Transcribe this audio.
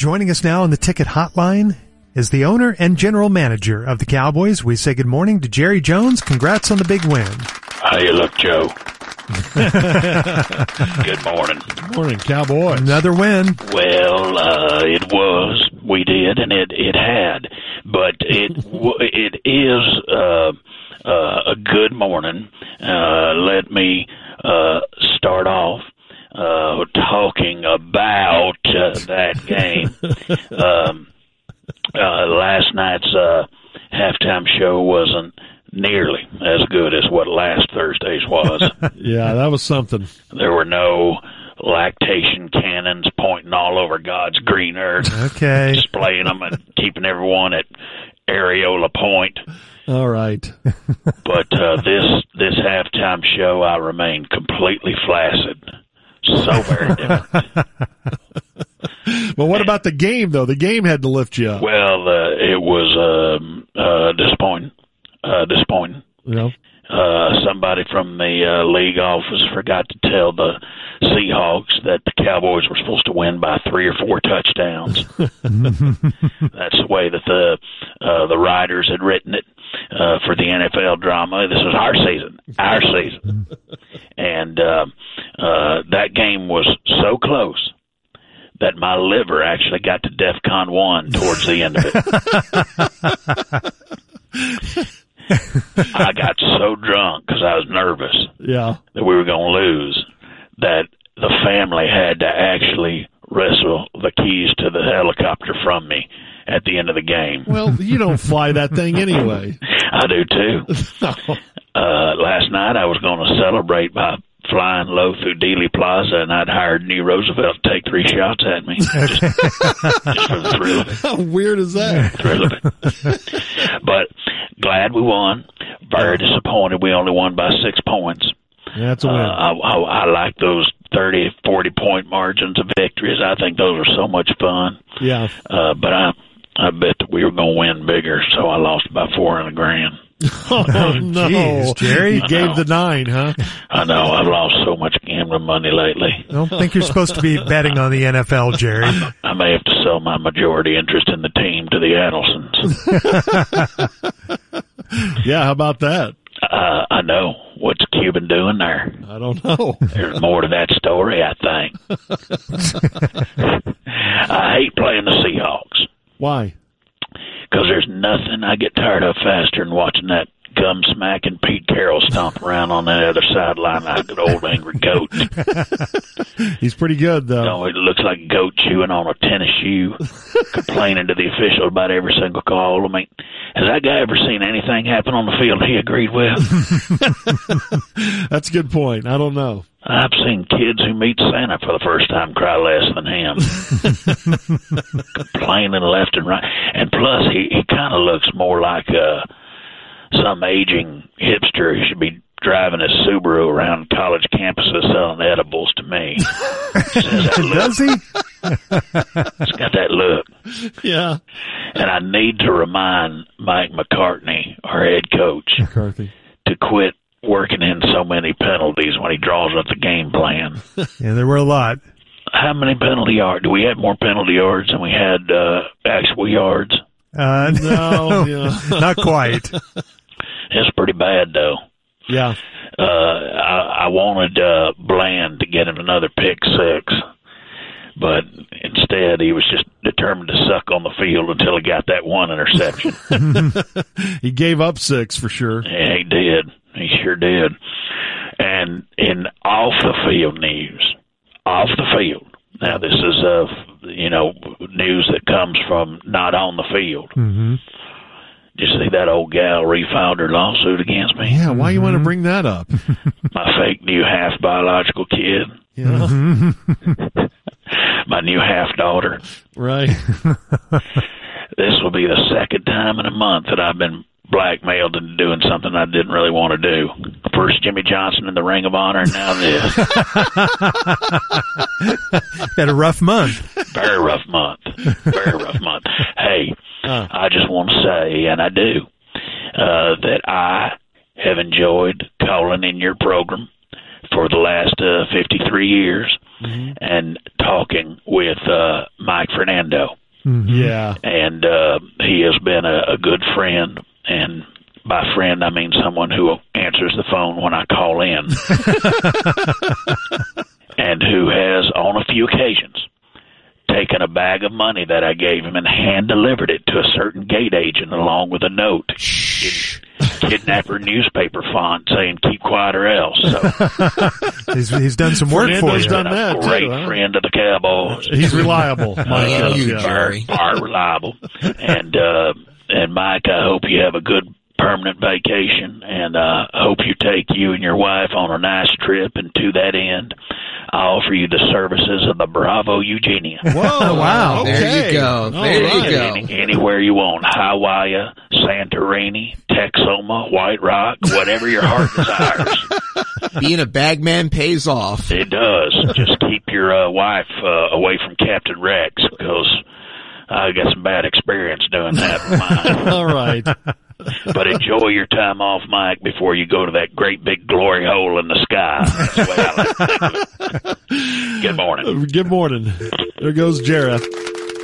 Joining us now on the ticket hotline is the owner and general manager of the Cowboys. We say good morning to Jerry Jones. Congrats on the big win. How you look, Joe? Good morning. Morning, Cowboy. Another win. Well, uh, it was we did, and it it had, but it w- it is uh, uh, a good morning. Uh, let me uh, start off uh, talking about uh, that game. um, uh, last night's uh, halftime show wasn't nearly as good as what last Thursday's was. Yeah, that was something. There were no lactation cannons pointing all over God's green earth, Okay. displaying them and keeping everyone at areola point. All right. But uh, this this halftime show, I remain completely flaccid. So very different. Well, what about the game though? The game had to lift you up. well, uh, it was um, uh, disappointing. Uh, disappointing. You know? Uh, somebody from the uh, league office forgot to tell the Seahawks that the Cowboys were supposed to win by three or four touchdowns. That's the way that the uh, the writers had written it uh, for the NFL drama. This is our season, our season, and uh, uh, that game was so close that my liver actually got to DEFCON one towards the end of it. I got so drunk because I was nervous Yeah. that we were going to lose that the family had to actually wrestle the keys to the helicopter from me at the end of the game. Well, you don't fly that thing anyway. I do too. No. Uh, last night I was going to celebrate by flying low through Dealey Plaza, and I'd hired Nee Roosevelt to take three shots at me just, just for the thrill of it. How weird is that? Thrill of it. But glad we won. Very disappointed we only won by six points. That's a Uh, win. I, I, I like those 30, 40 point margins of victories. I think those are so much fun. yeah. Uh, but I, I bet that we were going to win bigger, so I lost by four and a grand. Oh, no. geez, Jerry. You gave the nine, huh? I know I've lost so much gambling money lately. I don't think you're supposed to be betting on the NFL, Jerry. I may have to sell my majority interest in the team to the Adelsons. Yeah, how about that? uh, I know what's Cuban doing there. I don't know. There's more to that story, I think. I hate playing the Seahawks. Why? because there's nothing I get tired of faster than watching that gum smacking Pete Carroll stomp around on that other sideline like an old angry goat. He's pretty good though. No, it looks like a goat chewing on a tennis shoe, complaining to the official about every single call. I mean, has that guy ever seen anything happen on the field he agreed with? That's a good point. I don't know. I've seen kids who meet Santa for the first time cry less than him, complaining left and right. And plus, he he kind of looks more like uh, some aging hipster who should be driving his Subaru around college campuses selling edibles to me. Just has that look. Does he? It's got that look. Yeah. And I need to remind Mike McCartney, our head coach, McCarthy. to quit working in so many penalties when he draws up the game plan. Yeah, there were a lot. How many penalty yards? Do we have more penalty yards than we had uh, actual yards? Uh, No, yeah. not quite. It's pretty bad, though. Yeah. Uh, I, I wanted uh, Bland to get him another pick six, but instead he was just determined to suck on the field until he got that one interception. He gave up six for sure. Yeah, he did. He sure did. And in off the field news, off the field. Now this is uh you know news that comes from not on the field. hmm You see that old gal refiled her lawsuit against me. Yeah, why you want to bring that up? My fake new half biological kid, Yeah. my new half daughter. Right. This will be the second time in a month that I've been blackmailed into doing something I didn't really want to do. First Jimmy Johnson in the Ring of Honor, and now this. Had a rough month. very rough month. Very rough month. Hey, Uh. I just want to say, and I do, uh, that I have enjoyed calling in your program for the last uh, 53 years. and talking with uh, Mike Fernando, Yeah. and uh, he has been a, a good friend. And by friend, I mean someone who answers the phone when I call in, and who has, on a few occasions, taken a bag of money that I gave him and hand delivered it to a certain gate agent along with a note in kidnapper newspaper font saying "Keep quiet or else." So He's, he's done some work for Fernando's you. done- and that, a too, great huh? friend of the Cowboys. He's reliable. Mike love is, you, yeah. Jerry. are, are reliable. And uh, and Mike, I hope you have a good permanent vacation, and uh, I hope you take you and your wife on a nice trip. And to that end, I offer you the services of the Bravo Eugenia. Whoa! Wow. There you okay. go. All There you right. go. Any- anywhere you want, Hawaii, Santorini, Texoma, White Rock, whatever your heart desires. Being a bagman pays off. It does. Just keep your uh, wife uh, away from Captain Rex because I got some bad experience doing that with mine. All right. But enjoy your time off, Mike, before you go to that great big glory hole in the sky. That's the way I like to think of it. Good morning. Good morning. There goes Jareth.